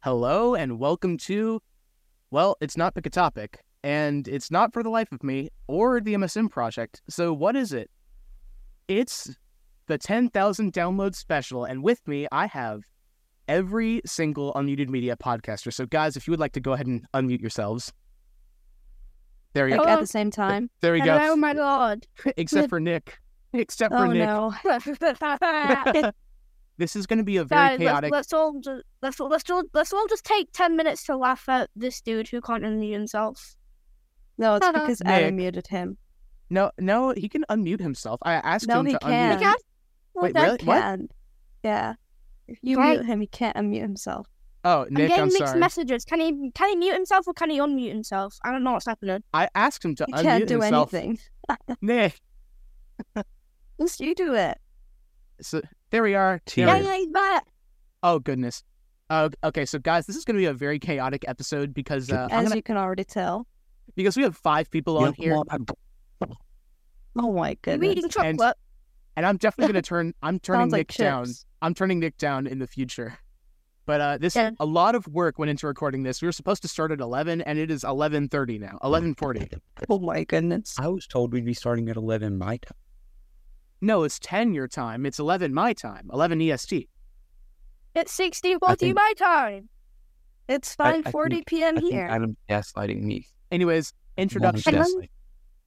Hello and welcome to, well, it's not Pick a Topic, and it's not for the life of me or the MSM project. So what is it? It's the 10,000 download special, and with me I have every single unmuted media podcaster. So guys, if you would like to go ahead and unmute yourselves. There you like go. at the same time. There you Hello, go. my lord. Except for Nick. Except for oh Nick. no. this is going to be a very chaotic. Guys, let's, let's all just let's all- let's all let's all just take ten minutes to laugh at this dude who can't unmute himself. No, it's Nick. because Adam muted him. No, no, he can unmute himself. I asked No, him he to can't. unmute. Yeah. Well, Wait, that- really? What? Can. Yeah. If you Right. mute him, he can't unmute himself. Oh, I'm Nick, getting I'm mixed sorry. messages. Can he can he mute himself or can he unmute himself? I don't know what's happening. I asked him to He unmute can't do himself. anything. Nick, Just you do it. so there we are. There Yeah. Yeah, we are. yeah, he's back. Oh goodness. Oh, okay, so guys, this is going to be a very chaotic episode because uh, I'm As gonna, you can already tell. because we have five people on here, Oh my You're goodness. eating chocolate. And- and I'm definitely going to turn. I'm turning Sounds like Nick down. chips. I'm turning Nick down in the future. But uh, this Yeah. a lot of work went into recording this. We were supposed to start at eleven, and it is eleven thirty now. Eleven forty. Oh my goodness. I was told we'd be starting at 11 my time. No, it's ten your time. It's eleven my time. Eleven E EST. It's sixteen forty think- my time. It's I- I think- 5.40 p.m. I think here. Adam's gaslighting me. Anyways, Mom's introduction. Hello. gaslighting.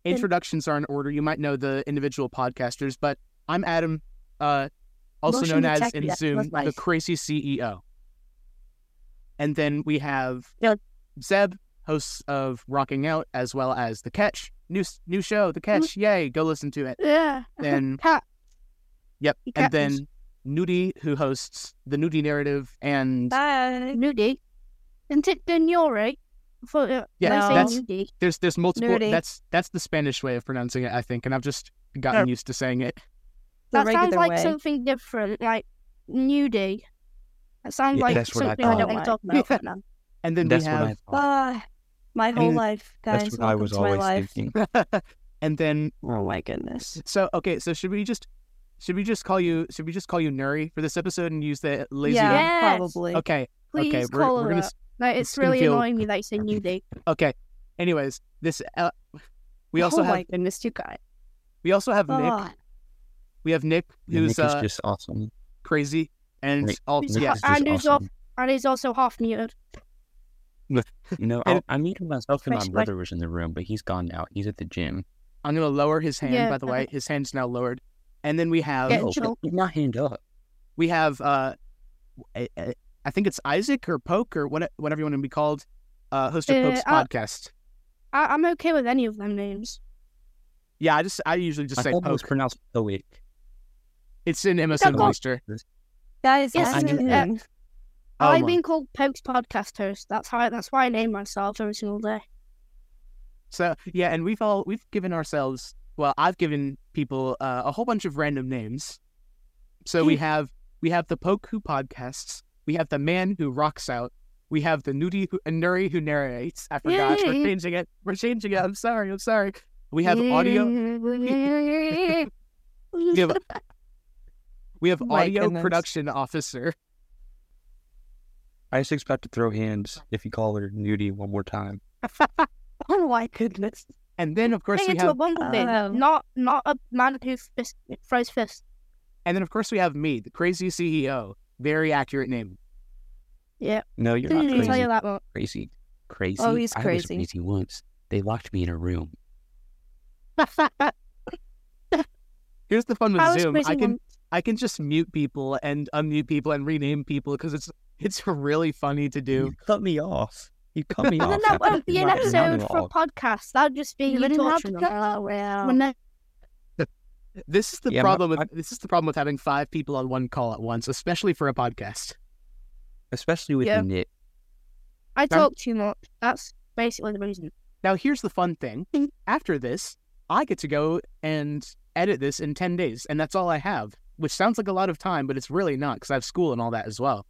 introductions are in order. You might know the individual podcasters, but I'm Adam, uh, also Motion known as detect- in yeah, Zoom was the nice. Crazy CEO. And then we have Yeah. Zeb, hosts of Rocking Out, as well as The Catch, new s- new show, The Catch. Yay, go listen to it. Yeah. Then Cat. yep, The and Catch is- then Nudie, who hosts the Nudie Narrative, and Bye. Nudie. Isn't it Denore? I thought uh, Yeah, I was No. saying Nudie. there's there's multiple. Nudie. That's that's the Spanish way of pronouncing it, I think, and I've just gotten used to saying it. The that sounds regular like way. something different, like nudie. That sounds Yeah, like that's what I something I, thought. don't want to talk about right now. And then That's we what have I thought. Bye. My whole mean, life, guys. That's what I Welcome was to my always life. thinking. and then Oh my goodness. So okay, so should we just should we just call you should we just call you Nuri for this episode and use the lazy? Yeah, Yes. probably. Okay. Please okay. We're, call we're her gonna. up. s- Like, it's it's gonna really feel- annoying me that you say nudie. Okay. Anyways, this uh, we also oh have my goodness, you guys. we also have Nick. Oh, We have Nick Yeah, who's Nick is uh, just awesome. crazy and Wait. all He's Nick yeah. is just Andrew's off- awesome. And he's also half muted. You know, And- I, I muted myself and my Fresh, like- brother was in the room, but he's gone now. He's at the gym. I'm gonna lower his hand Yeah. by the way. His hand's now lowered. And then we have Yeah, No, chill. keep my hand up. we have uh, I, I- I think it's Isaac or Poke or what, whatever you want to be called, uh, host of Uh, Poke's I- podcast. I- I'm okay with any of them names. Yeah, I just I usually I just say thought it was Poke. pronounced poet. It's in Don't MSN call- Oyster. guys, Yes, I'm I knew in. that. Oh I've my- been called Poke's podcast host. That's how. That's why I name myself every single day. So yeah, and we've all we've given ourselves well, I've given people uh, a whole bunch of random names. So Hmm. we have we have the Poke who podcasts, we have the man who rocks out, we have the nudie who, uh, Nuri who narrates. I forgot we're Yay. changing it. We're changing it. I'm sorry. I'm sorry. We have audio. have We have Oh my audio goodness. production officer. Isaac's about to throw hands if you call her nudie one more time. Oh my goodness. And then of course Turn we into a have bumblebee, Oh. not not a man who fist, throws fists. and then of course we have me, the crazy CEO. Very accurate name. No, you're not Didn't crazy. tell you that much. crazy. Crazy. he's I was crazy. crazy once. They locked me in a room. Here's the fun with I was Zoom. crazy I can once. I can just mute people and unmute people and rename people because it's it's really funny to do. You cut me off. You cut me But off. then that I won't put be an my hand episode for a involved. podcast. That'd just be you, torturing them. When they- This is the Yeah, my- problem with my- this is the problem with having five people on one call at once, especially for a podcast. Especially with Yeah. Nick. I Done. talk too much. That's basically the reason. Now here's the fun thing. After this, I get to go and edit this in ten days, and that's all I have. Which sounds like a lot of time, but it's really not because I have school and all that as well.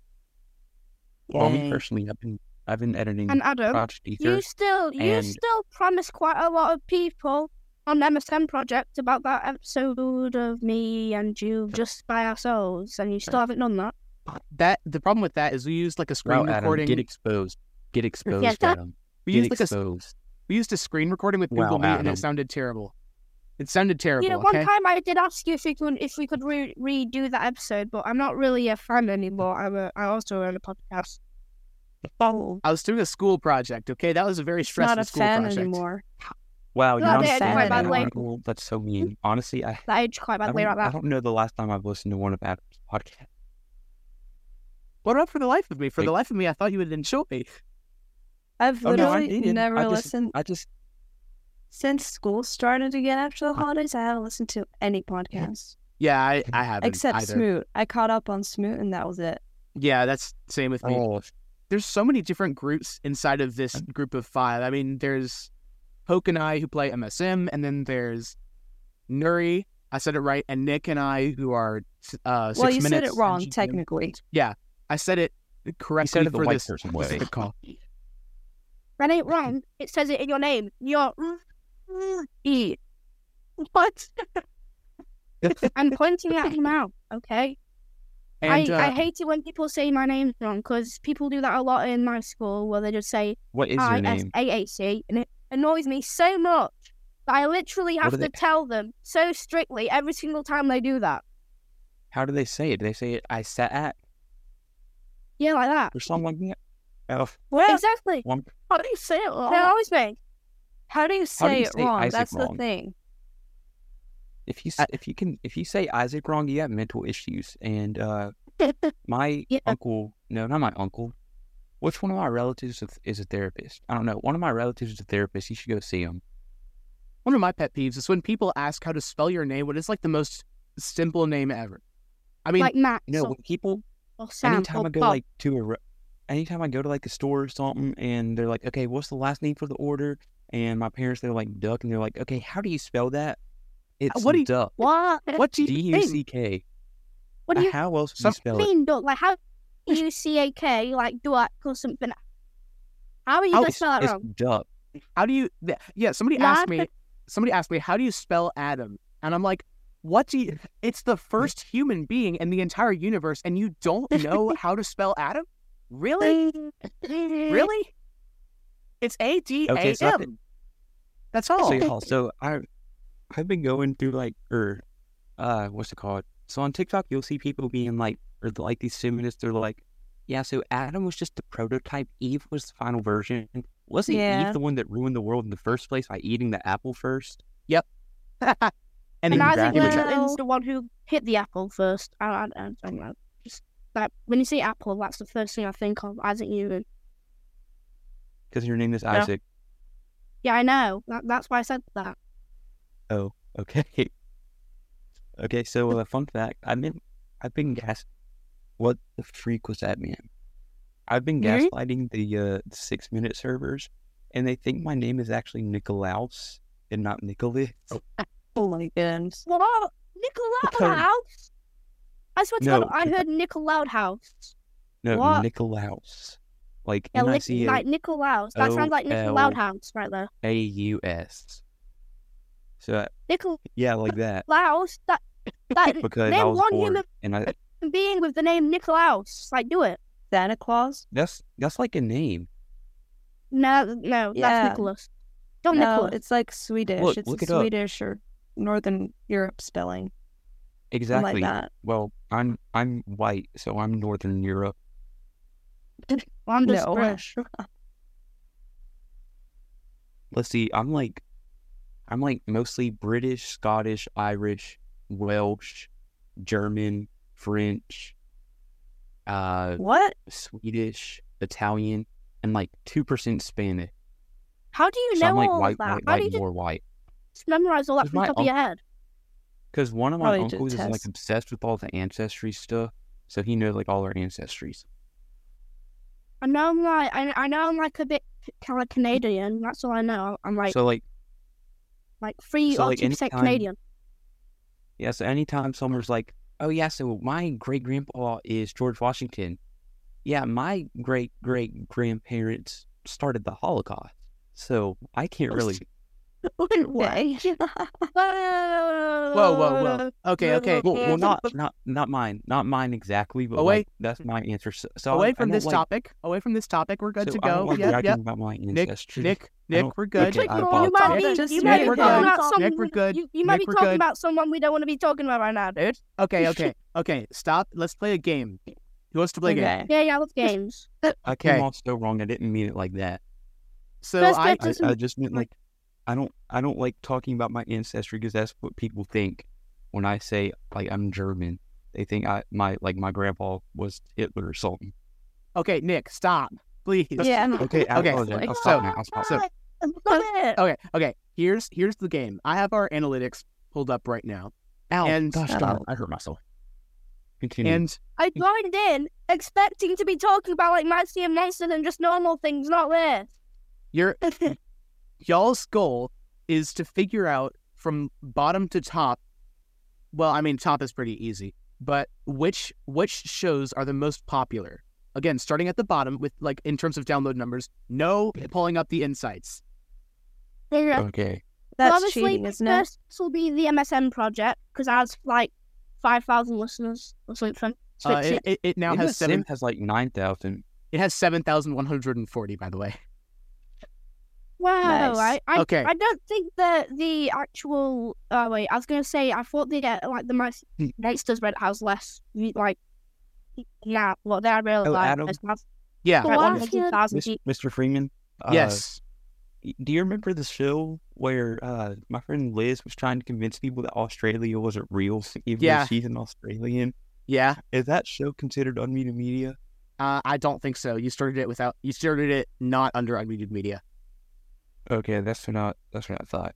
Well, me Yay. personally, I've been I've been Mm. editing And Adam, Project Ether. you still you and- still promised quite a lot of people on MSN project about that episode of me and you just by ourselves, and you still haven't done that. that the problem with that is we used like a screen Wow, Adam, recording. get exposed. Get exposed, that- Adam. we get used like a s- exposed. we used a screen recording with Wow, Google Meet, and Adam. it sounded terrible. It sounded terrible. You know, one okay, time I did ask you if we could if we could re- redo that episode, but I'm not really a fan anymore. I'm a, I also own a podcast. Oh, I was doing a school project. Okay, that was a very stressful not a school fan project. anymore. Wow, you No, know, they- I'm they're saying quite that bad now, way. Michael, that's so mean. Honestly, I That aged quite I badly don't- right I now. don't know the last time I've listened to one of Adam's podcasts. What about for the life of me? For the Like- life of me, I thought you would enjoy me. I've Oh, no, I literally didn't. never I just- listened I just since school started again after the holidays. I haven't listened to any podcasts Yeah, I, I haven't except either. Smoot. I caught up on Smoot, and that was it. Yeah, that's same with me. oh, There's so many different groups inside of this group of five. I mean, there's Poke and I who play MSM, and then there's Nuri. I said it right, and Nick and I who are uh, six well, you said minutes. it wrong MGM. technically. I said it he correctly said it the for white this person way. specific call. That ain't wrong. It says it in your name. You're E. What? I'm pointing at him out. Okay. And I, uh, I hate it when people say my name's wrong because people do that a lot in my school where they just say What is your I S name? A A C and it annoys me so much that I literally have do to they- tell them so strictly every single time they do that. How do they say it? Do they say it? I sat at Yeah, like that. or something like that. Oh, Well, Exactly. well, how do you say it They always me. How do you say you it say wrong? Isaac That's wrong? the thing. if you s- I- if you can if you say Isaac wrong, you have mental issues. And uh, my Yeah. uncle, no, not my uncle. Which one of my relatives is- is a therapist? I don't know. One of my relatives is a therapist. You should go see him. one of my pet peeves is when people ask how to spell your name when it's like the most simple name ever. I mean, like Max You know, or, when people or Sam anytime or I go Bob. like to a, re- anytime I go to like a store or something, and they're like, okay, what's the last name for the order? And my parents they're like duck, and they're like, okay, how do you spell that? It's what do you- duck. Uh, what? what do D you U think? C K. What do you How else would Some- you spell it? mean, duck? Like how U C A K like duck or something? How are you How gonna is- spell that Oh, It's wrong? duck. How do you? th- Yeah, somebody Nah, asked I me. think- Somebody asked me, "How do you spell Adam?" And I'm like, "What do you? It's the first human being in the entire universe, and you don't know how to spell Adam? Really? really? Really? It's A D Okay, A so I thi- M. That's all. So, y'all, so I, I've been going through like, or, uh, what's it called? So on TikTok, you'll see people being like, or like these feminists, they're like, yeah, so Adam was just the prototype. Eve was the final version. Wasn't Yeah. Eve the one that ruined the world in the first place by eating the apple first? and And then Isaac Dracula- Lincoln's the one who hit the apple first. I, I, I don't know. Just like when you say apple, that's the first thing I think of. Isaac Newton. Because your name is Isaac. Yeah, I know. That, that's why I said that. Okay. Okay, so uh, fun fact, I've been, I've been gas. What the freak was that, man? I've been Mhm. gaslighting the uh, six minute servers, and they think my name is actually Nicolaus and not Nicholas. Oh my goodness. What? Nickel Okay. Loudhouse? I swear to No, God, I okay. heard Nickel Loudhouse. No, What? Nicolaus. Like Yeah, N I Nick, C like Nickel Loudhouse. That sounds like Nickel O-L. Loudhouse right there. A U S. So I- Nickel yeah, like that. Loudhouse. That that Because I name was one bored, human and I being with the name Nickel Loudhouse. Like, do it. Santa Claus? that's that's like a name. No, no, Yeah. that's Nicholas. Don't no, Um, Nicholas. it's like Swedish. Look, it's look a it up. Swedish or Northern Europe spelling. something Exactly. Like that. well, I'm I'm white, so I'm Northern Europe. Well, I'm just No. British. Let's see. I'm like, I'm like mostly British, Scottish, Irish, Welsh, German, French, uh, What? Swedish, Italian, and like two percent Spanish. How do you so know I'm like all white, of that? white, How do you white, just more white. memorize all that Does from my the top of your head? Because one of my Probably uncles is like detest- obsessed with all the ancestry stuff, so he knows like all our ancestries. I know I'm like I, I know I'm like a bit kind of Canadian. That's all I know. I'm like so like, like three so, or like, two percent anytime- Canadian. yeah. So anytime someone's like, "Oh yeah," so my great grandpa is George Washington. Yeah, my great great grandparents started the Holocaust, so I can't really Wait, what? whoa, Whoa, whoa, whoa. Okay, okay. Well, well, not not not mine, not mine exactly, but Away- like, that's my answer. So, so I- I away from don't this like- topic. Away from this topic. We're good so to I don't go. like Yep, bragging yep. about my Nick, ancestry. Nick, Nick, don't- we're good. Okay, Nick, I you apologize. might be, Just you might Nick, be we're good. talking about someone. Nick, we're good. You, you might Nick, be we're talking good. about someone we don't want to be talking about right now. Dude. Okay, okay, okay. Stop. Let's play a game. Who wants to play a game? Okay. Yeah, yeah, I love games. I came Okay. off so wrong. I didn't mean it like that. So First I I, Doesn't- I just meant like- like I don't I don't like talking about my ancestry because that's what people think when I say like I'm German. They think I my like my grandpa was Hitler or something. okay, Nick, stop, please. Yeah. Okay, I Okay, apologize. like- I'll stop now. I'll stop. So- Stop it. Okay, okay. Here's here's the game. I have our analytics pulled up right now, Ow, and- gosh, Shut darn, up. I hurt myself. Continue. and I joined in expecting to be talking about like Maxie and Monsters and just normal things, not this. your y'all's goal is to figure out from bottom to top. Well, I mean, top is pretty easy, but which which shows are the most popular? Again, starting at the bottom with like in terms of download numbers. No pulling up the insights. okay. That's Obviously, cheating, isn't it? First will be the MSN project because I has like five thousand listeners or something. Uh, Switch it, it, it now Maybe has the sim seven. has like nine thousand. It has seven thousand one hundred and forty. By the way. Wow, Nice. I, I, Okay. I don't think that the actual. Oh wait, I was gonna say I thought the uh, like the most Hmm. next does Reddit has less re- like. Nah, what they are real Oh, life Adam. is not- Yeah. like one Yes. hundred thousand Mis- people. Mr. Freeman. uh, yes. y- do you remember the show where uh, my friend Liz was trying to convince people that Australia wasn't real, even Yeah. though she's an Australian? Yeah. Is that show considered unmuted media? Uh, I don't think so. You started it without. You started it not under unmuted media. Okay, that's what I that's what I thought.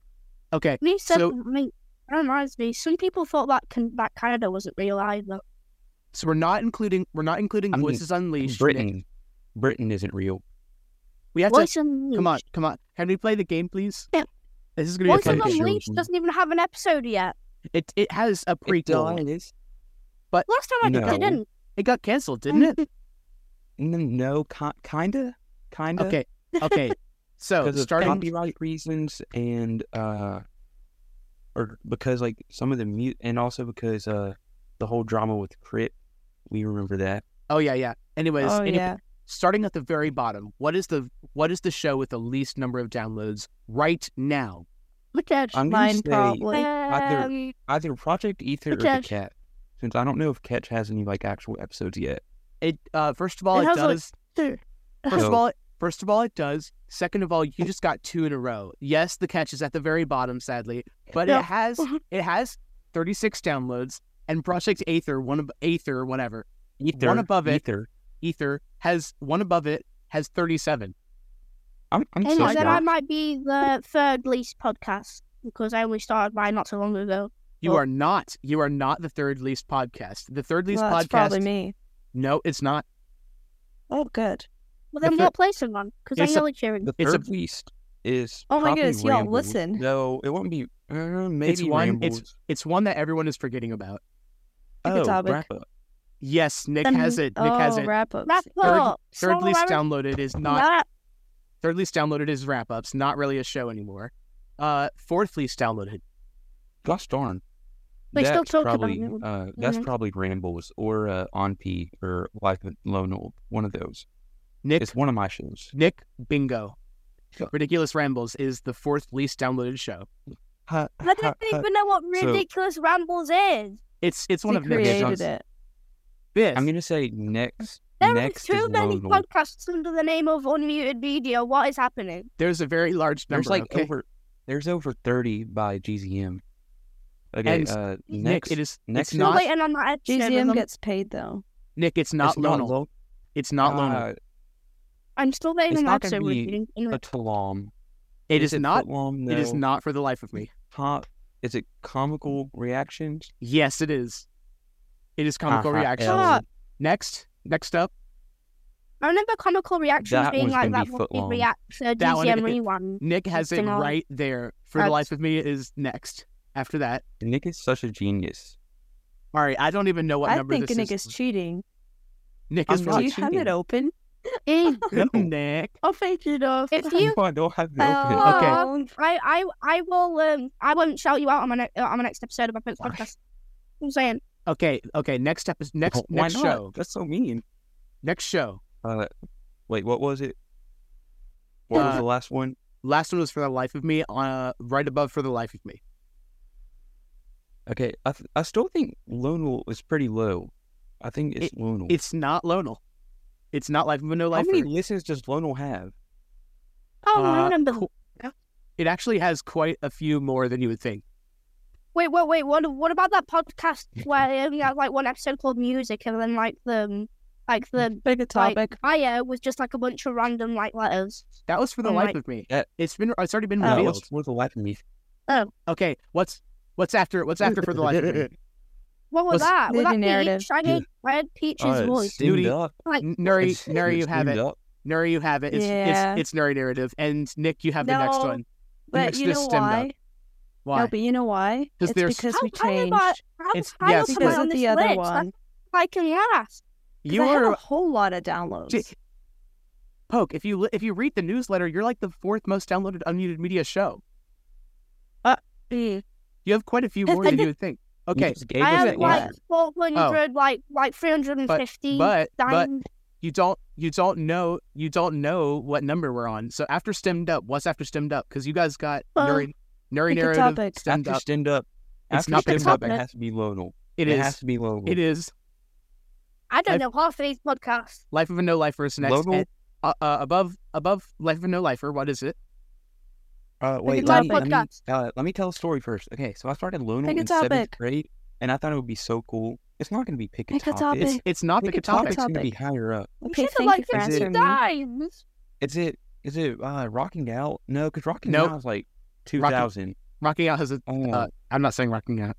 Okay. Me said, So- I mean, that reminds me. Some people thought that can, that Canada wasn't real either. So we're not including. We're not including I mean, Voices Unleashed. Nick. Britain, Britain isn't real. We have Voice to. Unleashed. Come on. Come on. Can we play the game, please? Yeah. This is gonna be Voice a fun game. Unleashed. Unleashed doesn't even have an episode yet. It it has a prequel. does. Last time I did, No. it didn't. It got canceled, didn't it? No, no ki- kinda, kinda. Okay. Okay. So because of starting. copyright reasons and uh or because like some of the mute and also because uh the whole drama with Crit, we remember that. Oh yeah, yeah. Anyways, Oh, any- yeah. starting at the very bottom. What is the what is the show with the least number of downloads right now? Look at I'm gonna Mine say probably. either- um, either Project Ether or the Catch. Cat, since I don't know if Catch has any like actual episodes yet. It uh, first of all, It it, has, like, does. First of all, first of all, it does. Second of all, you just got two in a row. Yes, the catch is at the very bottom, sadly, but Yeah. it has it has 36 downloads, and Project Aether, one of Aether, whatever, Ether, one above it. Ether. Ether has one above it has 37. I'm, I'm so anyway, then I shocked. might be the third least podcast because I only started mine not so long ago. You Well- are not. You are not the third least podcast. The third least Well, that's podcast. probably me. No, it's not. Oh, good. But The then thir- what place am I on? Because It's I'm a- only cheering. The it's a- third least is. Oh my probably goodness, y'all, Rambles. listen. No, it won't be. Uh, maybe one- Rambles. it's- It's one that everyone is forgetting about. Pick a oh, topic. wrap up. Yes, Nick Then- has it. Nick oh, has it. wrap up. Wrap third- up. Third Solo least Aaron- downloaded is not Wrap Third least downloaded is wrap ups, not really a show anymore. Uh, fourth least downloaded. Gosh darn. They still that's talk about probably, it, wouldn't- Uh, that's Mhm. probably Rambles or uh, On P or Life of Lone Old. One of those. Nick, It's one of my shows. Nick, bingo. Ridiculous Rambles is the fourth least downloaded show. Ha, I ha, don't ha. even know what So- ridiculous rambles is. It's it's one He of Nick's. created Johnson. it. Fifth. I'm gonna say next. There are next too is many Lone Old. podcasts under the name of unmuted media. What is happening? there's a very large number. There's like okay? over there's over thirty by GZM. Okay, And uh, Nick, next it is next it's not Wait, and I'm not GZM gets paid though. Nick, it's not it's not Lonel. Lo- It's not Lonel. uh, I'm still waiting It's on not that gonna episode be reading. a uh, Talam. it is, not Talam, it is no. not for the life of me. Huh? Is it comical reactions? Yes, it is. It is comical Haha, reaction. L. Ah, Next next up. I remember comical reactions That being one's like that gonna be one big footlong. react uh, That one- DCM one. Nick has it Something on. right there. For the That's- life of me is next. After that. Nick is such a genius. All right, I don't even know what I number think this Nick is. is cheating. Nick I'm is not Do really you have cheating. it open? Eh, Nick. I'll fake it off. if you, I don't have the Oh, open. Okay. I, I, I will. Um, I won't shout you out on my ne- uh, on my next episode of my po- Why? podcast. I'm saying Okay, okay. Next step is next Why next not? show. That's so mean. Next show. Uh, wait, what was it? What was Uh, the last one? Last one was for the life of me. Uh, right above for the life of me. Okay, I, th- I still think Lone Wolf is pretty low. I think it's Lone Wolf. It's not Lonel. It's not life of a no How life. many listens does Lone Wolf have? Uh, Oh, I remember. cool. It actually has quite a few more than you would think. Wait, wait, wait. What, what about that podcast where they only had like one episode called music, and then like the, um, like the Bigger like, topic. bio was just like a bunch of random like letters. That was for the Oh, life right. of me. Yeah. It's been Um, it's already been Oh. No, revealed. what's, what's the life of me? Okay, what's what's after what's after for the life of me? What was What's- that? Was Movie that narrative. Peach? I had, I had Peach's Oh, Uh, voice. steamed Snooty. up. N- Nuri, It's- Nuri, you it's have it. steamed up. Nuri, you have it. It's Yeah. it's it's Nuri narrative. And Nick, you have the next No, one. The But next you is know stemmed up. why? Why? No, but you know why? 'Cause It's there's- because How we high am I- changed. how It's- high yes, up am Because I on of this the other list? one. I can ask. you I had are a whole lot of downloads. J- poke. If you li- if you read the newsletter, you're like the fourth most downloaded unmuted media show. Mm. You have quite a few more than you would think. You Okay, just gave I us have that why- like one. four hundred, like like three hundred and fifty. Oh. but but you don't you don't know you don't know what number we're on. So after stemmed up, what's after stemmed up? Because you guys got Well, Nuri Nuri pick a narrative topic. stemmed after up. stand up. It's after not the stand up, it topic. has to be Lone Wolf. It It has is to be Lone Wolf. it is I don't I've- know half of these podcasts. life of a no lifer is next. Global- And, uh, uh, above above life of a no lifer, what is it? Uh, wait, a let me, let, topic. me, uh, let me tell a story first. Okay, so I started Lone Wolf Pick a in seventh topic. grade, and I thought it would be so cool. It's not going to be pick a Pick a topic. It's, topic. It's not pick pick a a topic. topic's going to be Topic. higher up. We Okay, should have thank you like for Is fifty answering it- me. times. Is it? Is it uh, rocking out? No, because rocking Nope. out is like two thousand. Rocking out has a. Oh, Uh, I'm not saying rocking out.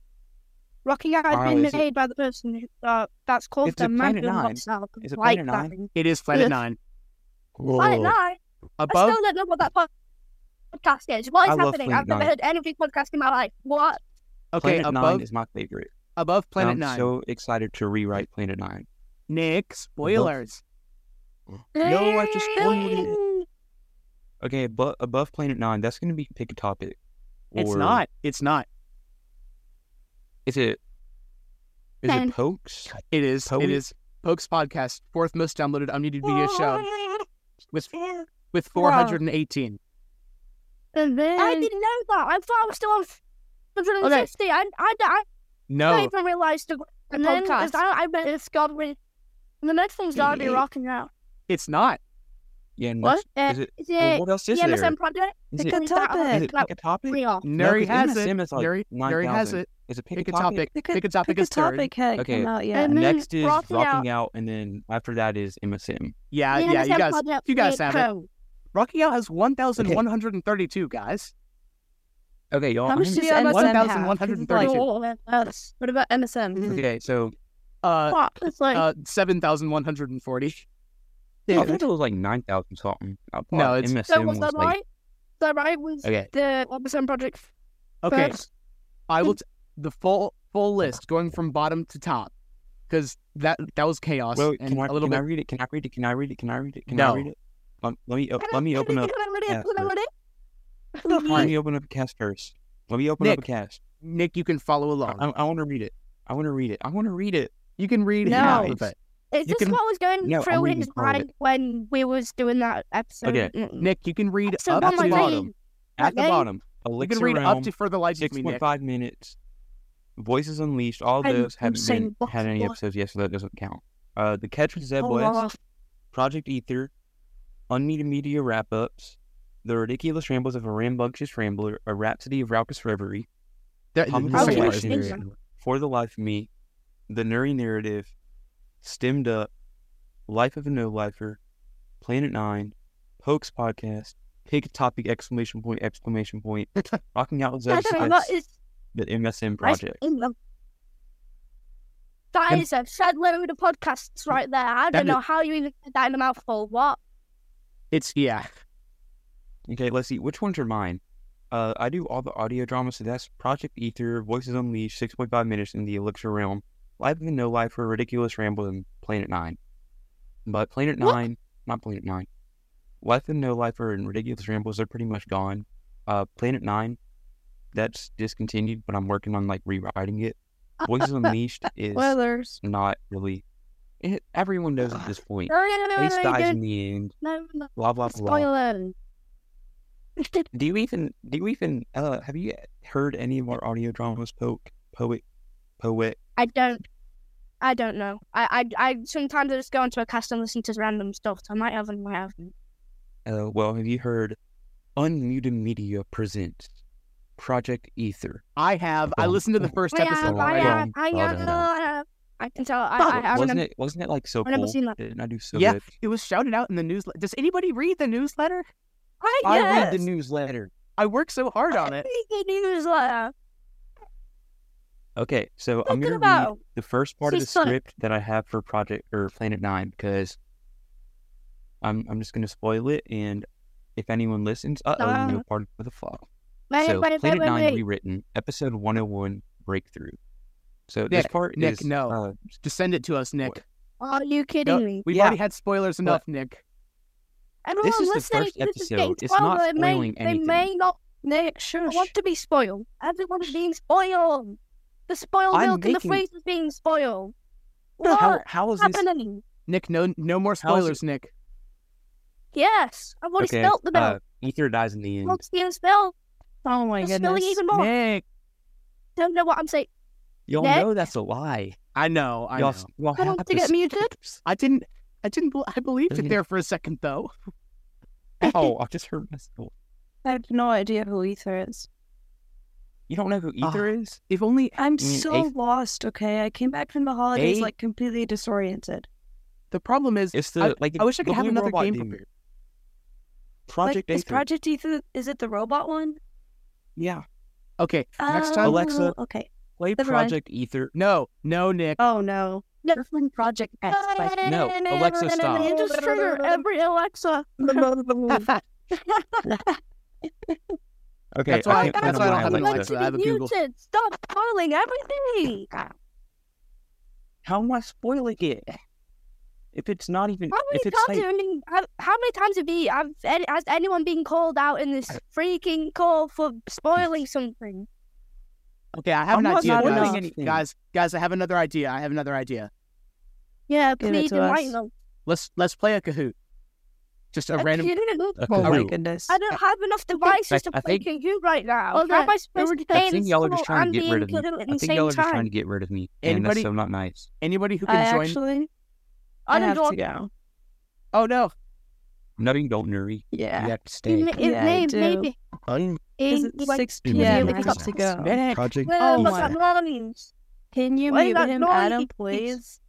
Rocking Out has Oh, been is it- made by the person who, uh, that's called It's the a Madden Planet Nine. Rockstar. Is it like Planet that. Nine? Oh. thing. It is Planet Ugh. Nine. Planet Nine. I Above still don't know what that pod- podcast is. What is I love happening? Planet I've never Nine. heard any big podcast in my life. What? okay Planet Nine above is my favorite. above Planet I'm Nine. so excited to rewrite Planet Nine. Nick spoilers. No, I just spoiled it. Okay, above, above Planet Nine, that's going to be pick a topic. It's Or not. It's not. Is it? Is Ten. it pokes? It is. Poe- It is Poke's podcast, fourth most downloaded unmuted media show with with Wow. 418. And then... I didn't know that. I thought I was still on Oh, 150. I, I, I don't Oh. No, even realize the, the And then podcast. it's- I, I meant it's got re- and the next thing's gotta be rocking out. it's not. Yeah. and What? that's- Is it? Is well, it what else the is there? MSM project? Is Pick it- a Is that- topic. Is it Like, pick a topic? We are. Nuri 'cause has it. MSM is like Nuri, Nuri has 9,000. it. Is it pick, Pick a a topic? topic. Pick Pick a topic pick is a topic third. heck Okay. came out yet. And then Next is Rocking rocking Out. out. and then after that is MSM. Yeah, The yeah, you MSM guys. project you guys made have it. Chrome. Rocking Out has 1,132 guys. Okay, y'all. How I'm much in- does MSM MSM have? 1,132. Because, like, Oh, that's- What about MSM? Okay, so Uh, fuck, It's like uh 7,140. I thought it was like nine thousand something. I thought No, it's- MSM So was was that like right? That right was okay. the Robinson Project. Okay, first? I will. T- the full full list going from bottom to top, because that that was chaos Well, and can I, a little can I bit. read it? Can I read it? Can I read it? Can I read it? Can No. I read it? Let, let me op- let me open up. yeah, Let Alright. me open up a cast first. Let me open up a Nick, cast. Nick, you can follow I, along. want to read it. I want to read it. I want to read it. you can read No. half of it. Is you this can- what was going No, I'm through reading his all of it. mind when we was doing that episode? Okay. Mm. Nick, you can read So up what to am I bottom. reading? At the Okay. bottom, You Elixir can read Realm, up to for the life of six me, point Nick. five minutes. Voices Unleashed. All I'm- those I'm haven't saying been, box had any box. episodes yet, so that doesn't count. Uh, the Catch with Oh, Zeb Hold West, on. Project Ether, Unmedia Media Wrap Ups, The Ridiculous Rambles of a Rambunctious Rambler, A Rhapsody of Raucous Reverie, There- How many there's Okay. more. questions? For the Life of Me, The Nuri Narrative, Stemmed Up, Life of a No Lifer, Planet Nine, Pokes Podcast, Pick a Topic! Exclamation point! Exclamation point! Rocking out with Zeb That's a lot- Sets, it's- the MSM that's project. in them. That Them- is a shed load of podcasts right there. That I don't know how you even did that in a mouthful. What? It's yeah. Okay, let's see. Which ones are mine? Uh, I do all the audio drama, so that's Project Ether, Voices Unleashed, 6.5 Minutes in the Elixir Realm, Life of the No Life for Ridiculous Ramble, and Planet Nine. But Planet What? Nine not Planet Nine. Life and No Life are in Ridiculous Rambles. They're pretty much gone. Uh, Planet Nine, that's discontinued, but I'm working on like rewriting it. Voices Unleashed is Spoilers. not really. It, everyone knows at this point. No, no, no, no, Ace no, dies in don't- the end. no, no, Blah blah blah. Spoiler. Do you even? Do you even? Uh, have you heard any of our audio dramas? Poet, poet, poet. I don't. I don't know. I, I, I sometimes I just go into a cast and listen to random stuff. I might have and might have. Uh, well, have you heard? Unmuted Media presents Project Ether. I have. I Boom. listened to the first I have, episode. I Well have, done. I Well have, done. I have. I can tell. I, I, I wasn't remember. it? Wasn't it like so I've never cool? seen that. Didn't I do so Yeah. good? It was shouted out in the newsletter. Does anybody read the newsletter? I, I read yes. the newsletter. I work so hard on it. read the newsletter. Okay, so I'm Talking gonna read about. the first part of She's the Sonic. script that I have for Project or Planet Nine because I'm I'm just gonna spoil it, and if anyone listens, uh oh, Ah. no part of the flaw. Wait, so wait, wait, Planet wait, Nine wait. rewritten, episode 101 breakthrough. So this Nick, part Nick, is no. uh, Just send it to us, Nick. Are you kidding No, me? We've Yeah. already had spoilers enough, Nick. Everyone is the listening first to this is episode. getting It's not spoiled. They may- spoiling anything. They may not Nick, shush. want to be spoiled. Everyone's being spoiled. The spoiled I'm milk and making- the face is being spoiled. What's how how is this? happening? Nick, no, no more How's it- spoilers, Nick. Yes, I've already Okay, spelt the uh, milk. Ether dies in the end. What's the end spell? Oh my You're goodness. spelling even more. Nick, Don't know what I'm saying. Y'all Nick? know that's a lie. I know, I Y'all, know. s- y'all I have want to get s- muted. I didn't, I didn't, bel- I believed Doesn't it it- there for a second though. Ow, I Oh, just hurt myself. I have no idea who Ether is. You don't know who Ah. Ether is? If only I'm mean so Aeth- lost, okay? I came back from the holidays Aeth- like completely disoriented. the problem is, It's the like. I wish I could the have blue another robot game dude. prepared. Like, Project is Ether. Project Ether is it the robot one? Yeah, okay, next Oh, time, Alexa. Okay. play Never mind. Project Ether. no, no, Nick. Oh no. No. You're from Project X by No, Alexa, stop. You just trigger every Alexa. Okay, That's why- I can't play that's on why I my don't have an Alexa. Alexa. I have a Google. muted. Stop spoiling everything. How am I spoiling it? If it's not even, How many if it's times like, have any, have- how many times have you have any, has anyone been called out in this freaking call for spoiling something? Okay, I have I'm an not idea, spoiling guys. anything. guys. Guys, I have another idea. I have another idea. Yeah, Give it please to us. enlighten them. Let's let's play a Kahoot. Just a I random. can't- a Oh my Kahoot. goodness. I don't have enough devices fact, to I play think- Oh, Kahoot right now. Hold How am on. I supposed to I I play in think y'all are just school trying and to be get rid in of me. Kahoot at I the think y'all same are just trying time? to get rid of me, and Anybody- that's so not nice. Anybody who I can join. actually I I don't have know. to go. Oh no. No, you don't, Nuri. Yeah. You have to stay. It- it Yeah, I may- do. maybe. Un- Is in- it like- 6 Yeah, p.m.? I Nick have is to go. Nick. Project Well, Oh what's my- that mornings? Can you Why mute that him, noise? Adam, please?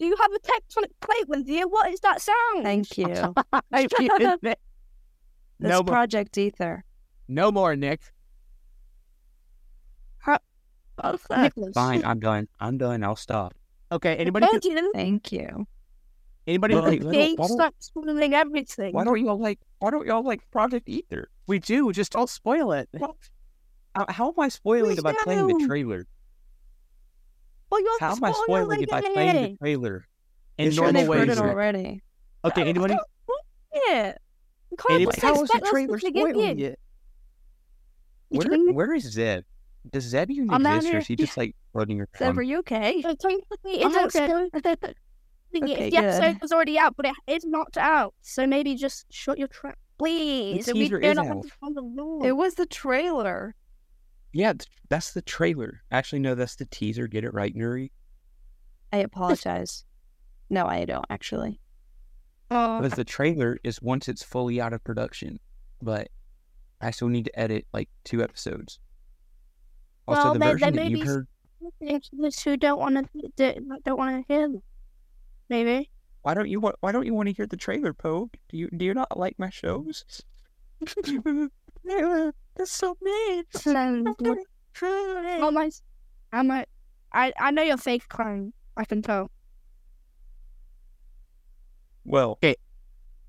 Do you have a tectonic plate with you? What is that sound? Thank you. I mean, Nick. That's No, more, Project Ether. no more, Nick. Nicholas. Fine, I'm done. I'm done. I'll stop. Okay, anybody? Who, Thank you. Thank you. anybody? Well, who- like- Why don't- They why don't- stop spoiling everything. Why don't y'all like? Why don't y'all like Project Ether? we do. Just don't spoil it. What? How, how am I spoiling Please it by playing the don't. trailer? Well, you're How am I spoiling it by playing the it. trailer? In It's Sure, normal they've heard ways. it Nick. already. Okay, anybody? Yeah. You can't Anybody- just how is the expect us to trailer forgive spoiling you. it? You Where, can- where is Zeb? Does Zeb even I'm out exist, or here. is he just like floating Seb, are around? you okay? So technically, I'm it's not okay. spoiling it. Okay, the episode good. was already out, but it is not out. So maybe just shut your trap, please. The We teaser do is not have out. to follow the rules. It was the trailer. Yeah, th- that's the trailer. Actually, no, that's the teaser. Get it right, Nuri. I apologize. No, I don't actually. Uh, Oh, Because the trailer is once it's fully out of production, but I still need to edit like two episodes. Also, Well, the there- there version may that be you've s- heard, it's just who don't want to don't want to hear them. Maybe. why don't you want? Why don't you want to hear the trailer, Poe? Do you do you not like my shows? that's so mean. Um, Trailer. Not my. I'm a. I I know you're fake crying. I can tell. Well,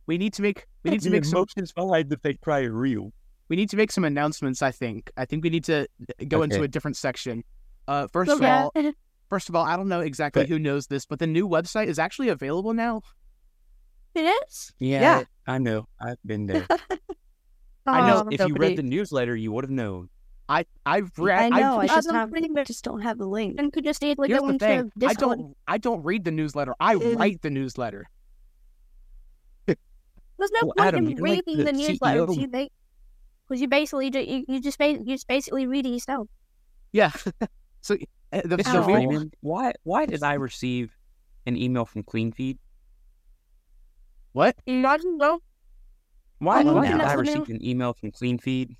We need to make. We need to make some. emotions behind the fake cry are real. We need to make some announcements. I think. I think we need to go into Okay. a different section. Uh, first of Okay. all, first of all, I don't know exactly But- who knows this, but the new website is actually available now. It is. Yeah, Yeah. I know. I've been there. I know. if you read the newsletter, you would have known. I I've read. I know. I I've, I've- just I'm have. pretty I much- just don't have the link. and could just add like here's that the one thing. to I Discord. don't. I don't read the newsletter. I Mm. write the newsletter. There's no Well, point Oh, Adam, in you're like reading the E the, newsletter CEO. because you, ba- 'cause you basically ju- you, you just ba- you just basically read it yourself. Yeah. so uh, the, Mr. the Oh. weird- Freeman, why why did I receive an email from CleanFeed? what? Imagine though. Why, I'm why looking did at I something receive an email from CleanFeed? Did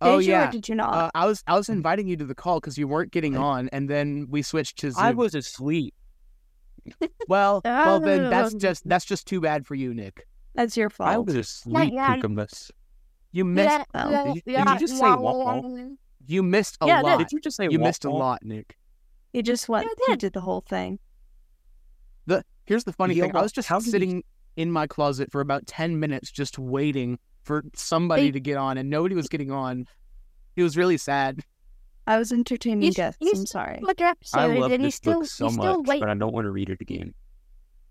oh you yeah. or did you not? Uh, I was I was inviting you to the call because you weren't getting on, and then we switched to Zoom. I was asleep. well, Ah, well no, then no, that's no. just that's just too bad for you, Nick. That's your fault. I was asleep, yeah, I- Kukumbus. You missed well, yeah, did you- did yeah, you just say yeah, womp yeah, you missed a Yeah, I did. lot. Did you just say You missed a womp-womp? lot, Nick. You just went. Yeah, I You did. did the whole thing. The here's the funny Yeah, thing. I well, was just how did you- sitting in my closet for about ten minutes, just waiting for somebody They- to get on, and nobody was getting on. It was really sad. I was entertaining You s- guests. you I'm s- sorry. Look at episode, I love and you this still book so you still much, wait, but I don't want to read it again.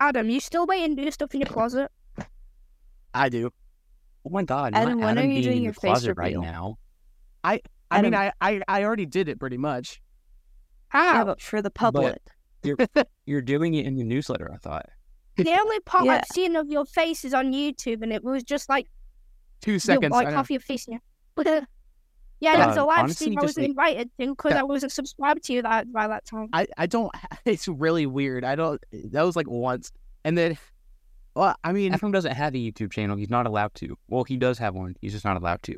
Adam. You still wait and do stuff in your closet. I do. Oh my god, Adam, not when are Adam you being doing in your the face closet right reveal? now. I mean, Adam- I, I I already did it pretty much. Yeah, How? but for the public. You're doing it in the newsletter, I thought. the only part Yeah. I've seen of your face is on YouTube, and it was just like Two your, seconds. like I know. half your face. Yeah, yeah, there was Uh, a live honestly, stream I just wasn't like- invited to because Yeah. I wasn't subscribed to you that by that time. I I don't. It's really weird. I don't. That was like once, and then, well, I mean, Adam doesn't have a YouTube channel. He's not allowed to. Well, he does have one. He's just not allowed to.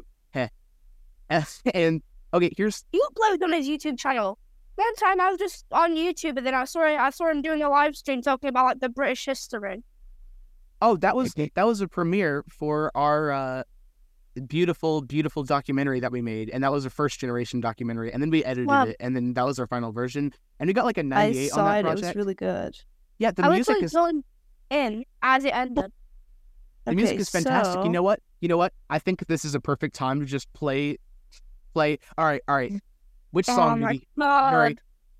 and okay, here's He uploaded on his YouTube channel. One time I was just on YouTube, and then I saw I saw him doing a live stream talking about like the British history. oh that was that was a premiere for our uh, beautiful beautiful documentary that we made, and that was a first generation documentary, and then we edited Wow. it, and then that was our final version, and we got like a I 98 on saw that it. It project. was really good. yeah, the I was music like is going in as it ended. the music Okay, is fantastic. So, You know what? You know what? I think this is a perfect time to just play, play. All right, all right. Which song? Um, Nuri? like, God. Nuri,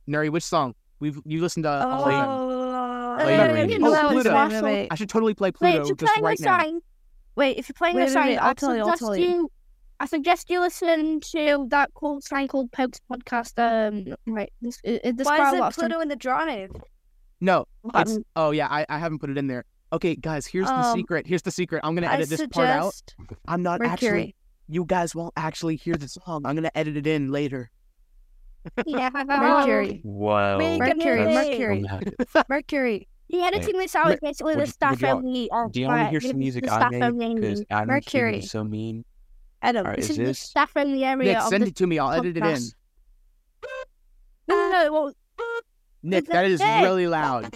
Nuri, which song? We've you listened to all of them. Oh, uh, Wait, wait, wait, wait, oh, wait, Pluto. wait, wait, wait. I should totally play Wait, Pluto if you're just playing right a now. song, wait, if you're playing Wait, a wait, song, wait, I'll I tell you, I'll suggest tell you. you, I suggest you listen to that cool song called Pokes podcast. Um, right, this it, it Why describes is a lot it of stuff. Pluto in the drive? No, it's, Um, oh yeah, I, I haven't put it in there. Okay, guys, here's the Um, secret. Here's the secret. I'm gonna I edit this part out. suggest I'm not actually. Mercury. You guys won't actually hear the song. I'm gonna edit it in later. Yeah, Mercury. Whoa. Make That's Mercury. That's- Mercury. Mercury. The editing this out Mer- is basically the would- stuff would y'all- only. or, Do you want to uh, hear some the- music the I stuff made? only- Because Adam's being Mercury. so mean. Adam. All right, This uh, is is the this? stuff in the area Nick, of send the it to me. I'll edit it in. podcast. No, Oh, no, no, it won't. Nick, the that is thing. really loud.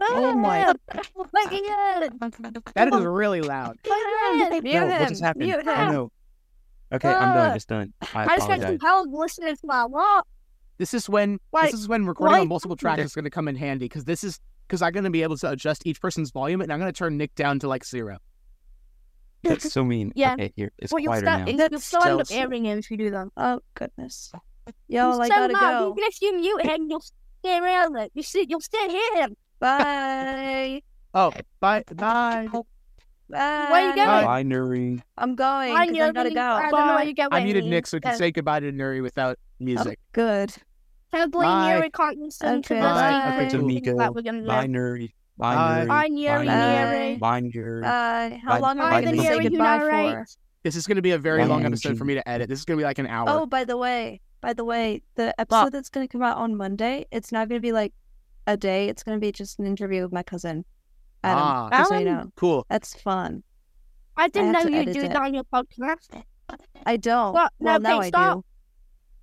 Oh my- Ah, look at it. That is really loud. Look at it. No, what just happened? Mute Oh him. no. Okay, I'm Ah. done. It's done. I I just got apologize. compelled listening to that. What? This is when Like, this is when recording on like- multiple tracks is gonna come in handy because this is because I'm gonna be able to adjust each person's volume and I'm gonna turn Nick down to like zero. That's so mean. Yeah. Okay, here. It's Well, you'll quieter start. now. it- You'll That's still end up still- airing him if you do that. Oh goodness. Y'all, I so gotta loud, go. Even if you mute him, you'll stay around it. You see, you'll still hear him. Bye. Oh, bye, bye. Bye. Where you going? Bye, Nuri. I'm going. 'cause I gotta Nuri. I go. don't know where Bye. you're going. I muted Nick so we can Go. say goodbye to Nuri without music. Good. Probably Bye. Nuri can't listen to Okay, this bye. either. Okay, to Miko. That we're gonna do. Bye, Nuri. Bye. Bye, Bye, Nuri. Bye. Nuri. Nuri. Bye, Oh, Nuri. Bye. Uh, How Bye. long Bye, are we gonna Lisa. say Nuri, you goodbye narrate. for? This is going to be a very Bye, long episode Angie. for me to edit. This is going to be like an hour. Oh, by the way, by the way, the episode that's gonna come out on Monday, it's not gonna be like a day. It's gonna be just an interview with my cousin. Adam. Ah. just so you Alan. know, cool. that's fun. I didn't I had know to you edit do it. that on your podcast. I don't. Well, no, well, now okay, I stop. do.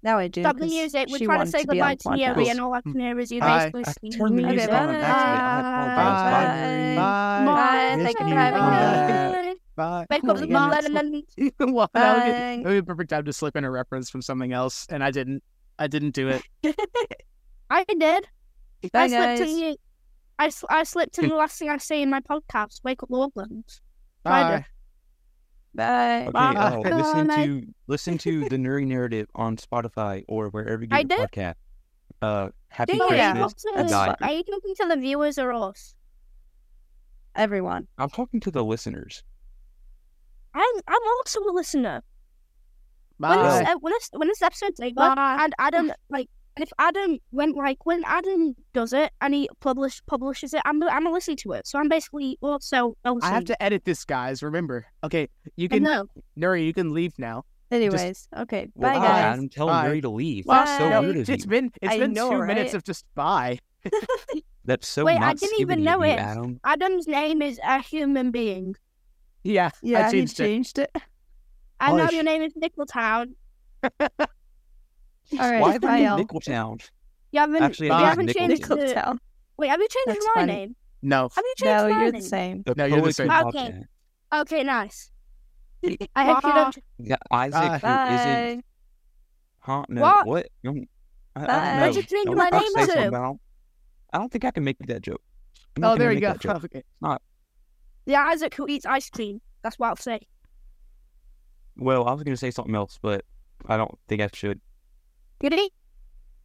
Now I do. Stop the 'cause music. We're she trying to wanted say be goodbye on to Neri, podcast. podcast. and all I can hear is you Bye. basically. I singing. turned the Okay, music bye. on on accident. I Bye. apologize. Bye. Bye. Miss Thank you you. for having Bye. me. Bye. Bye. Wake Oh up my the goodness. mom and then well, that would, be, Bye. that would be a perfect time to slip in a reference from something else, and I didn't. I didn't do it. I did. I Bye, slipped in guys. you. I, sl- I slipped in the last thing I say in my podcast. Wake up, Lordland. Bye. Bye. Bye. Okay, Bye. oh, listen Bye. to listen to the Nuri narrative on Spotify or wherever you I get your podcast. Uh, happy Dude, Yeah. Christmas. what's this? Bye. Are you talking to the viewers or us? everyone. I'm talking to the listeners. I'm I'm also a listener. When Bye. this, uh, when this when this episode's over, Bye. and Adam like and if Adam went like when Adam does it and he publish publishes it, I'm I'm a listener to it. So I'm basically also a listener. I have to edit this, guys. Remember. Okay, you I can, know. Nuri, you can leave now. Anyways, okay, bye Wow, guys. Adam, tell Bye. Murray to leave. Wow. That's so Bye. No, rude of it's you. been it's I been know, two minutes right? of just bye. That's so Wait, I not didn't even skibbity know of you, it. Adam. Adam's name is a human being. Yeah, Yeah, I he changed it. changed it. I know Hush. your name is Nickeltown. All right, Why bye, the y'all. Nickeltown? You haven't Actually, you I think haven't it's changed Nickeltown. the, Nickeltown. Wait, have you changed That's my funny. name? No, Oh, Have you changed No, my you're name? the same. The No, you're the poet same. can Okay. talk now. Okay, nice. I hope you don't Yeah, Isaac, who isn't Bye. Huh? No. What? What? Um, I, Bye. What'd I don't know. you think Don't my I'll name say was? something, but I don't- I don't think I can make that joke. I'm not Oh, gonna there you make go. that joke. Okay. the Isaac who eats ice cream. That's what I'll say. Well, I was gonna say something else, but I don't think I should. Did he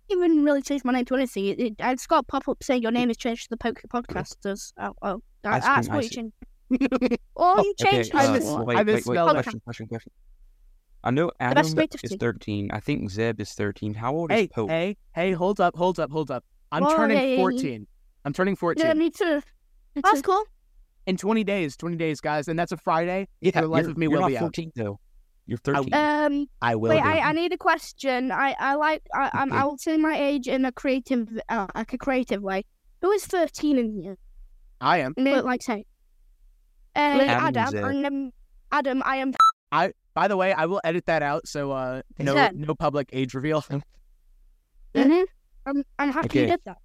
even really change my name to anything? It, it, I just got a pop up saying your name is changed to the Poke Podcasters. Oh, oh. That- Ice that's cream, what you ice- changed. Or you changed okay, I uh, it. miss- wait, I wait, wait, misspelled it. question, question, question. I know best Adam way to is see- 13. I think Zeb is 13. How old is Hey, Pope? hey, hey! Hold up, hold up, hold up! I'm Whoa, turning yeah, yeah, yeah. 14. I'm turning Yeah, 14 me too. That's That's cool. in 20 days. 20 days, guys, and that's a Friday. Yeah, For the life you're- of me you're will not be out. 14 though. You're 13. Um, I will. wait, be. I, I need a question. I, I like I um, I will say my age in a creative uh, like a creative way. Who is thirteen in here? I am. But like say, uh, Adam Adam, is it. and, um, Adam, I am By the way, I will edit that out, so uh, no, Ten. no public age reveal. Mm-hmm. I'm, I'm happy you Okay. did that.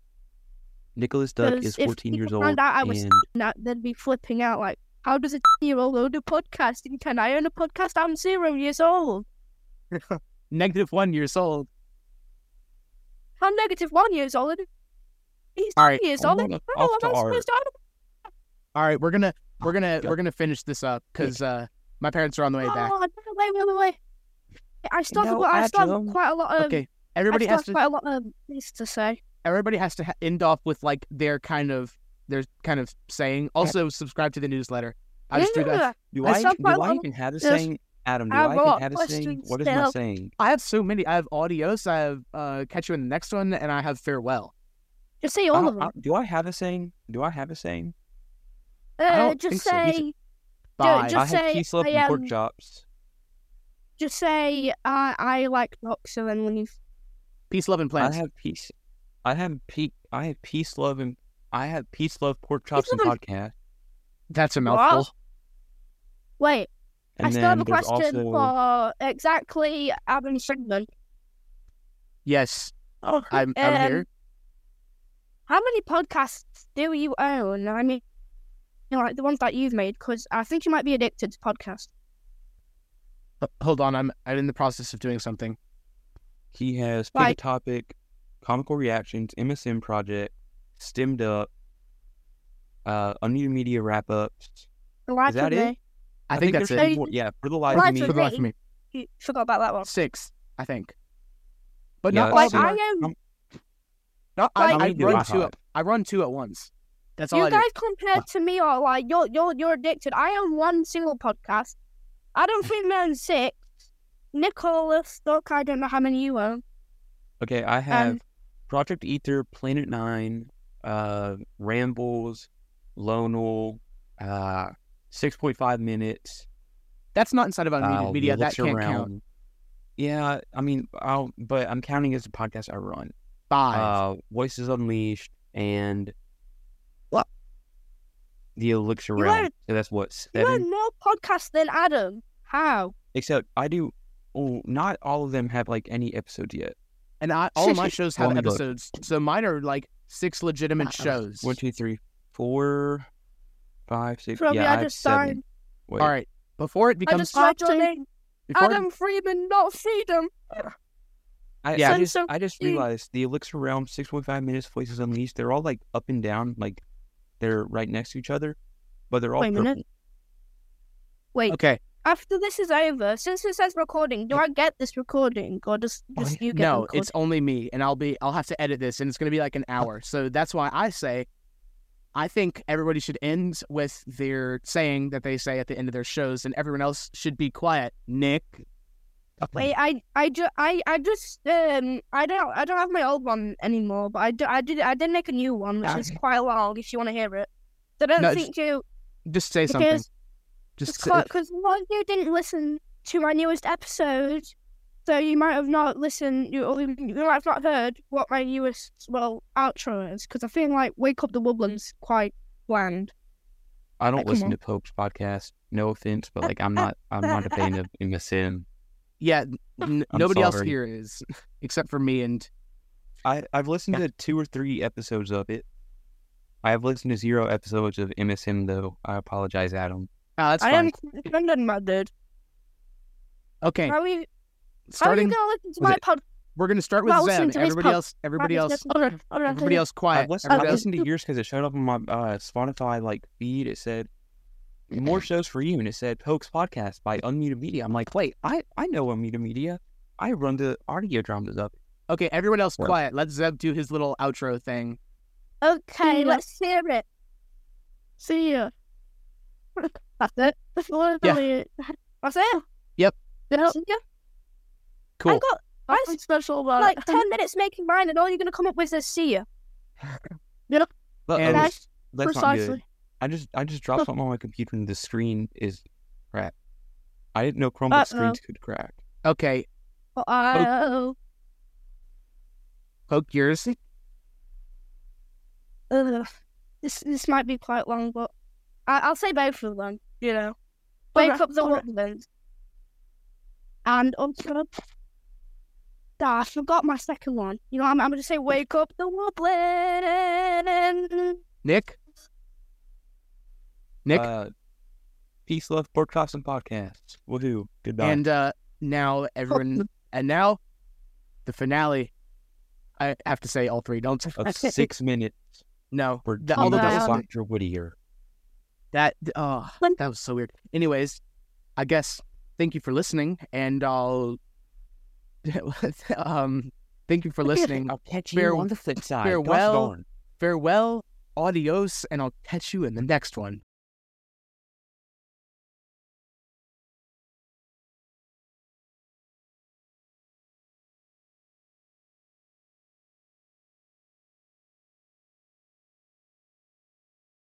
Nicholas Duck 'cause is if 14 years people old. found out I was and Now they'd be flipping out like, how does a year old own a podcast? And can I own a podcast? I'm zero years old. Negative one years old. I'm negative one years old. He's All right, two years I'm old. How am gonna- I off to art. supposed to own All right, we're gonna we're gonna God. we're gonna finish this up because uh, my parents are on the way a back. Oh, no, wait, wait, wait, wait. I still have, No, well, I still have Adam. quite a lot of. Okay, I everybody still has have to quite a lot of things to say. everybody has to ha- end off with like their kind of their kind of saying. Also, subscribe to the newsletter. I just do that. do I I, saw do quite a I lot of- even have a there's- saying? Adam, do I have I a lot even of have a saying? questions What is my still. saying? I have so many. I have adios. I have uh, catch you in the next one, and I have farewell. Just say Uh-huh, all I- of them. I- do I have a saying? Do I have a saying? Uh, don't just think so. You say, should- Bye. just- I had say peace, love, I, and pork um, chops. just say, I I like knocks, and then when you Peace, love, and plants. I have peace. I have peace. I have peace, love, and I have peace, love, pork chops, and love podcast. That's a Well, mouthful. wait, And I still then have a there's question also for exactly Adam Sigmund. Yes, I'm, I'm Um, here. How many podcasts do you own? I mean, you know, like the ones that you've made, because I think you might be addicted to podcasts. H- Hold on, I'm I'm in the process of doing something. he has pick a Like- topic, comical reactions, MSM project, stemmed up, uh, unmuted media wrap ups. The Life that of it? Me. I, think, that's there's it. it. two more- Yeah, for the life Life of me. For the life of me, You forgot about that one. six, I think. But Yeah, not all. Like of so- them. I own. Uh, I'm- Not- like- I, How I many do run I two. have? At, I run two at once. That's all you I guys do. compared to me are like you're you're you're addicted. I own one single podcast. I don't think I own six. Nicholas, Doc, I don't know how many you own. Okay, Um, I have Project Ether, Planet Nine, uh, Rambles, Lonel, uh, six point five minutes. That's not inside of unmuted uh, media. That Elixir can't count. Realm. Yeah, I mean, I'll, but I'm counting as a podcast I run. Five. Uh, Voices Unleashed and what? The Elixir You Realm. own- So that's what You seven. own more podcasts than Adam. How? Except I do. Oh, not all of them have like any episodes yet. and I, all of my shows have Only book. episodes, so mine are like six Uh, legitimate shows. One, two, three, four, five, six. Probably yeah, I, I have just seven. signed. Wait. All right. Before it I becomes just typed your Actually, name. before it- Adam Freeman, not freedom. I, Yeah. I just, So- I just you- realized the Elixir Realm, 6.5 minutes, Voices Unleashed, they're all like up and down, like they're right next to each other, but they're all Wait a minute. purple. Wait, okay. after this is over, since it says recording, do I get this recording or just just you get the No, recording? it's only me, and I'll be I'll have to edit this, and it's gonna be like an hour. So that's why I say, I think everybody should end with their saying that they say at the end of their shows, and everyone else should be quiet. Nick, Wait, I, I, ju- I, I just, um, I don't, I don't have my old one anymore, but I, do, I did, I did make a new one, which is quite long. If you want to hear it, so I don't No, think you, just say something. because, just say, because what if you didn't listen to my newest episode, so you might have not listened, you, or you might have not heard what my newest, well, outro is, because I feel like Wake Up the Woodlands quite bland. I don't come listen on. to Pope's podcast. No offense, but like I'm not I'm not a fan of MSM. yeah, n- nobody else sorry. here is, except for me and I I've listened to two or three episodes of it. I have listened to zero episodes of MSM though. I apologize, Adam. oh, that's I fine. am offended, my dude. Okay, How are you? starting. how are you gonna listen was to my it- pod? We're gonna start with Well, listen Zeb. to his Everybody pub- else, everybody Right, else, listen- hold on, hold on, everybody else, quiet. I've listened, Everybody Oh, Okay. I've else, listened to yours because it showed up on my uh, Spotify like feed. It said more shows for you, and it said Hoax Podcast by Unmuted Media. I'm like, wait, I I know Unmuted Media. I run the audio dramas up. okay, everyone else, Well- quiet. Let Zeb do his little outro thing. Okay, Yeah. let's hear it. See ya. That's it. That's literally it. That's it. Yep. Yeah. See ya. I Cool. got I Nothing special about like it. ten minutes making mine, and all you're gonna come up with is see ya. But And- uh, That's that's not good. precisely. I just I just dropped something on my computer and the screen is crap. I didn't know Chromebook Uh-oh. screens could crack. Okay, Oh, poke yours. ugh. this this might be quite long, but I, I'll say both of them. You know, wake Alright, up the alright. woodlands, and until. Ah, I forgot my second one. You know, I'm, I'm gonna say wake up the woodlands. Nick, Nick, Uh, peace, love, podcasts, and podcasts. Woohoo! Goodbye. and uh, now Oh. everyone, and now the finale. I have to say all three, don't of six minutes, no. we're The, although teaming that up was Dr. Whittier. that oh, When- that was so weird. Anyways, I guess thank you for listening, and I'll um thank you for listening. catch you Fare- on the flip side. farewell. Farewell, adios, and I'll catch you in the next one.